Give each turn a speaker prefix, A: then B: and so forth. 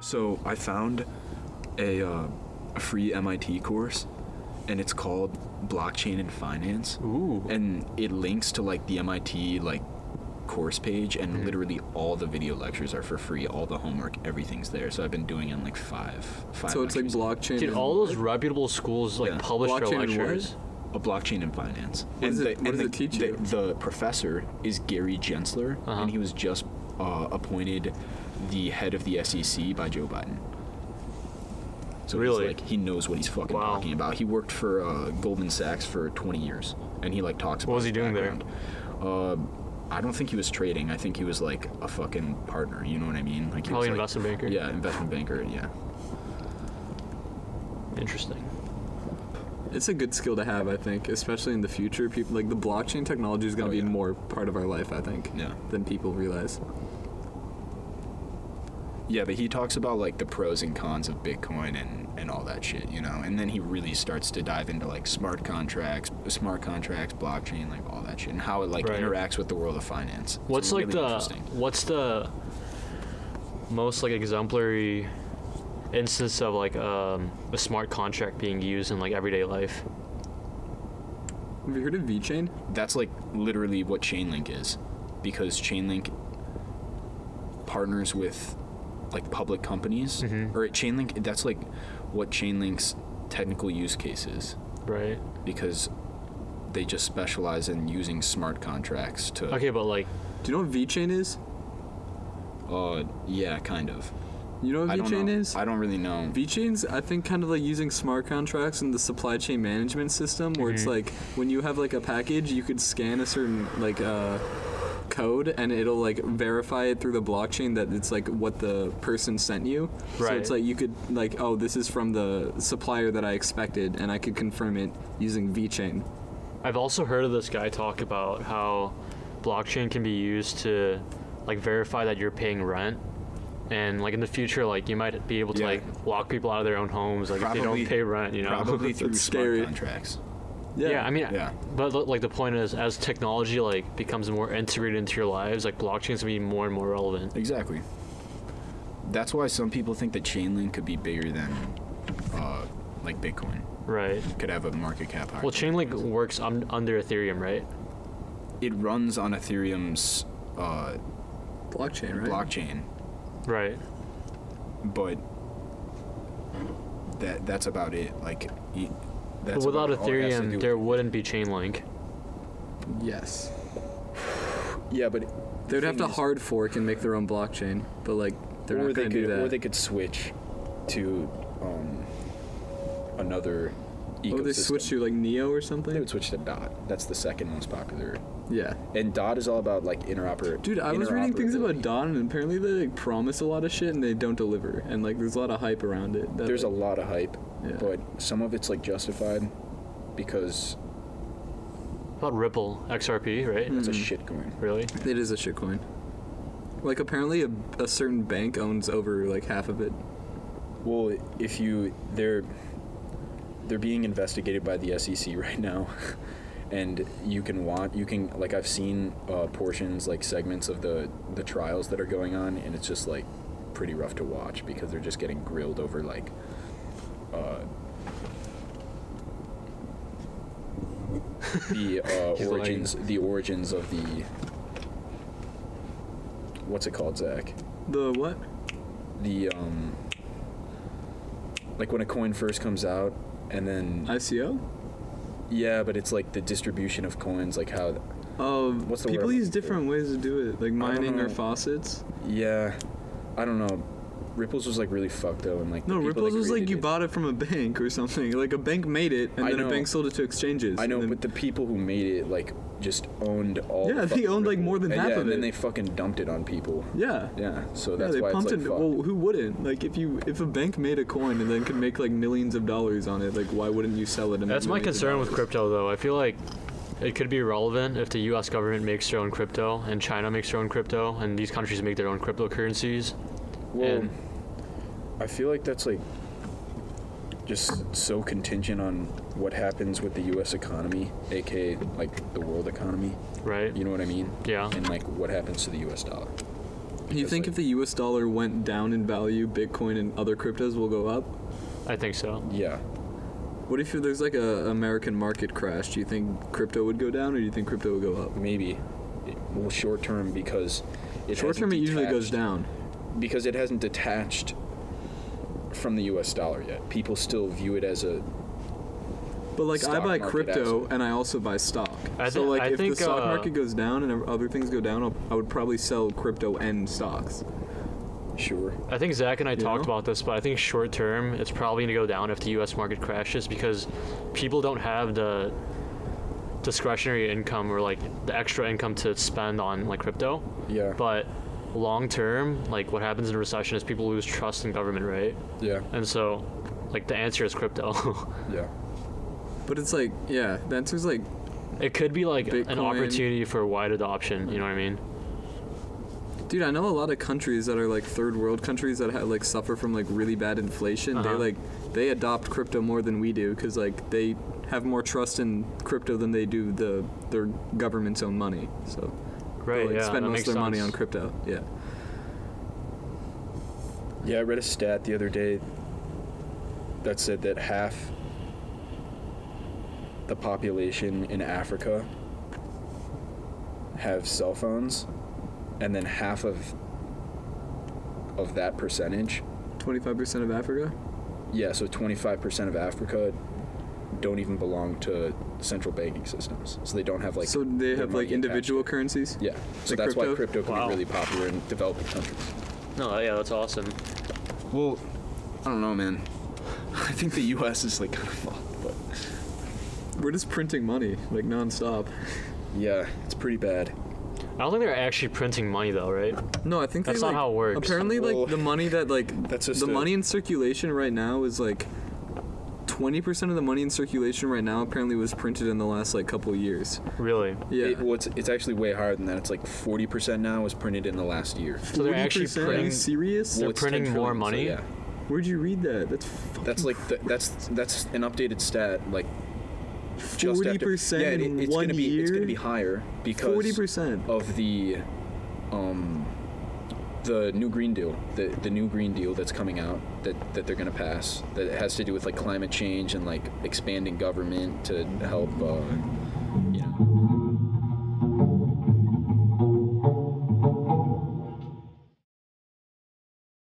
A: So I found a, uh, a free MIT course, and it's called Blockchain and Finance.
B: Ooh.
A: And it links to like the MIT like course page, and
C: Mm-hmm.
A: literally all the video lectures are for free. All the homework, everything's there. So I've been doing it in like five, five.
C: So it's like
A: lectures.
C: blockchain.
B: Did
C: and-
B: all those reputable schools like
A: Yeah.
B: publish
C: Blockchain
B: their
C: and what?
B: lectures?
A: a blockchain and finance. and
C: does it- what does
A: the,
C: it teach
A: the,
C: you?
A: The professor is Gary Gensler,
B: Uh-huh.
A: and he was just uh, appointed the head of the SEC by Joe Biden. So he's
B: Really?
A: like he knows what he's fucking
B: Wow.
A: talking about. He worked for uh, Goldman Sachs for 20 years, and he like talks. About
B: was he
A: his
B: doing there?
A: background. Uh, I don't think he was trading. I think he was like a fucking partner. You know what I mean? Like he
B: Probably
A: was, like-
B: investment banker.
A: Yeah, investment banker. Yeah.
B: Interesting.
C: It's a good skill to have, I think, especially in the future. People like the blockchain technology is going
A: Oh,
C: to
A: yeah.
C: be more part of our life, I think,
A: Yeah.
C: than people realize.
A: Yeah, but he talks about like the pros and cons of Bitcoin and, and all that shit, you know. And then he really starts to dive into like smart contracts, smart contracts, blockchain, like all that shit, and how it like
B: Right.
A: interacts with the world of finance. It's
B: What's like
A: really
B: the
A: interesting.
B: what's the most like exemplary instance of like um, a smart contract being used in like everyday life?
C: Have you heard of VeChain?
A: That's like literally what Chainlink is, because Chainlink partners with like public companies,
B: Mm-hmm.
A: or Chainlink. That's like what Chainlink's technical use case is,
B: Right.
A: because they just specialize in using smart contracts to.
B: Okay, but like
C: Do you know what VeChain is?
A: Uh, yeah, kind of.
C: You know
A: I
C: what
A: don't know.
C: VeChain is?
A: I don't really know.
C: VeChain's, I think, kind of like using smart contracts in the supply chain management system, where
A: Mm-hmm.
C: it's like when you have like a package, you could scan a certain like uh, code, and it'll like verify it through the blockchain that it's like what the person sent you. So
B: Right.
C: it's like you could like, oh, this is from the supplier that I expected, and I could confirm it using VeChain.
B: I've also heard of this guy talk about how blockchain can be used to like verify that you're paying rent. And like in the future, like you might be able to
A: Yeah.
B: like lock people out of their own homes, like if they
A: Probably-
B: don't pay rent, you know.
A: Probably through
C: That's
A: smart
C: scary.
A: contracts.
B: Yeah, I mean,
A: Yeah.
B: but li- like the point is, as technology like becomes more integrated into your lives, like blockchain's gonna be more and more relevant.
A: Exactly. That's why some people think that Chainlink could be bigger than, uh, like Bitcoin.
B: Right.
A: Could have a market cap higher.
B: Well,
A: than-
B: Chainlink works un- under Ethereum, right?
A: it runs on Ethereum's uh,
C: Blockchain, right?
A: blockchain,
B: Right.
A: but that that's about it. Like, y-
B: But
A: that's
B: without
A: about all it has to do
B: Ethereum,
A: with-
B: there wouldn't be Chainlink.
C: yes.
A: yeah, but
C: They would have to
A: hard.
C: hard fork and make their own blockchain, but like they're
A: or
C: not
A: they
C: going
A: could
C: to do that.
A: or they could switch to um, another ecosystem.
C: oh, they switch to like Neo or something.
A: They would switch to Dot. That's the second most popular.
C: yeah.
A: And Dot is all about like interoper.
C: Dude, I was reading things
A: interoperability.
C: about Dawn, and apparently they like, promise a lot of shit and they don't deliver. And like, there's a lot of hype around it. that,
A: There's a
C: like,
A: lot of hype,
C: Yeah.
A: but some of it's like justified because
B: What About Ripple XRP, right?
A: it's a
C: Mm-hmm.
A: shit coin.
B: Really?
C: It is a shitcoin. Like, apparently a, a certain bank owns over like half of it.
A: Well, if you they're they're being investigated by the SEC right now, and you can want you can like I've seen uh, portions like segments of the the trials that are going on, and it's just like pretty rough to watch because they're just getting grilled over like. Uh, the uh,
B: He's lying.
A: origins, the origins of the what's it called, Zach?
C: The what?
A: the um like when a coin first comes out and then
C: ICO?
A: yeah but it's like the distribution of coins like how
C: Oh,
A: What's the word
C: people
A: I'm
C: use
A: looking for?
C: different ways to do it, like mining or
A: know.
C: faucets.
A: yeah i don't know ripples was like really fucked though and like
C: No,
A: the people that
C: Ripples was like
A: created
C: you
A: it-
C: bought it from a bank or something. Like a bank made it, and
A: I
C: then
A: know.
C: a bank sold it to exchanges.
A: i
C: and
A: know
C: then-
A: but the people who made it like just owned all the
C: Yeah, they
A: fucking
C: owned, like,
A: Ripple.
C: more than
A: And
C: half
A: yeah,
C: of
A: and then
C: it.
A: they fucking dumped it on people
C: yeah.
A: yeah so that's
C: yeah, they
A: why
C: pumped
A: it's
C: it.
A: like fucked.
C: Well, who wouldn't? Like, if you if a bank made a coin and then could make like millions of dollars on it, like why wouldn't you sell it? And make
B: That's my
C: millions of
B: concern with
C: dollars?
B: crypto, though. I feel like it could be relevant if the U.S. government makes their own crypto, and China makes their own crypto, and these countries make their own cryptocurrencies.
A: Well,
B: And-
A: I feel like that's like just so contingent on what happens with the U.S. economy, aka like the world economy.
B: Right.
A: You know what I mean?
B: Yeah.
A: And like what happens to the U.S. dollar.
C: Do you
A: because,
C: think
A: like,
C: if the U.S. dollar went down in value, Bitcoin and other cryptos will go up?
B: I think so.
A: yeah,
C: What if there's like a American market crash? Do you think crypto would go down, or do you think crypto would go up?
A: maybe, It- well, short term because it
C: Short term, it
A: hasn't
C: usually goes
A: detached-
C: down.
A: because it hasn't detached from the U.S. dollar yet. People still view it as a
C: But like, I
A: Stock
C: buy
A: market
C: crypto and I also buy stock.
B: I
C: so
B: thi-
C: like,
B: I
C: if
B: think,
C: the stock
B: uh,
C: market goes down and other things go down, I'll, I would probably sell crypto and stocks.
A: sure.
B: I think Zach and I talked
C: know?
B: about this, but I think short term it's probably going to go down if the U.S. market crashes because people don't have the discretionary income or like the extra income to spend on like crypto.
A: Yeah.
B: But long term, like what happens in a recession is people lose trust in government, right?
A: Yeah.
B: And so, like the answer is crypto.
A: Yeah.
C: But it's like, yeah, the answer's like,
B: it could be like an
C: Bitcoin.
B: opportunity for wide adoption. You know what I mean?
C: dude, I know a lot of countries that are like third world countries that ha- like suffer from like really bad inflation. They
B: Uh-huh.
C: like they adopt crypto more than we do because like they have more trust in crypto than they do the their government's own money. So they,
B: Right.
C: like,
B: yeah. that
C: spend most
B: makes
C: of their money
B: sense.
C: on crypto. Yeah.
A: Yeah, I read a stat the other day that said that half the population in Africa have cell phones, and then half of of that percentage,
C: Twenty five percent of Africa.
A: yeah, so 25% of Africa don't even belong to central banking systems. So they don't have like
C: so they
A: their
C: have
A: money
C: like
A: attached.
C: individual currencies.
A: Yeah. So
C: Like
A: that's why
C: crypto?
A: crypto can
B: Wow.
A: be really popular in developing countries.
B: No. Yeah. That's awesome.
A: Well, I don't know, man. I think the U.S. is like kind of fucked, but
C: We're just printing money like nonstop.
A: yeah, it's pretty bad.
B: I don't think they're actually printing money though, right?
C: No, I think they,
B: That's not
C: like-
B: how it works.
C: Apparently,
A: Well,
C: like the money that like
A: that's just
C: the
A: a-
C: money in circulation right now is like twenty percent of the money in circulation right now apparently was printed in the last like couple years.
B: Really.
C: Yeah,
A: It, well, it's, it's actually way higher than that. It's like forty percent now was printed in the last year.
B: So they're actually
C: 40%? Are you
B: printing.
C: serious?
B: They're
A: Well, it's 10
B: printing more
A: trillion, so
B: money?
A: yeah,
C: Where'd you read that? That's fucking
A: that's like the, that's that's an updated stat. Like just after-
C: 40%
A: Yeah, it-
C: in
A: it's
C: one
A: gonna be it's
C: year?
A: gonna be higher because
C: forty percent.
A: of the um the new green deal the the new green deal that's coming out that that they're going to pass that has to do with like climate change and like expanding government to help uh,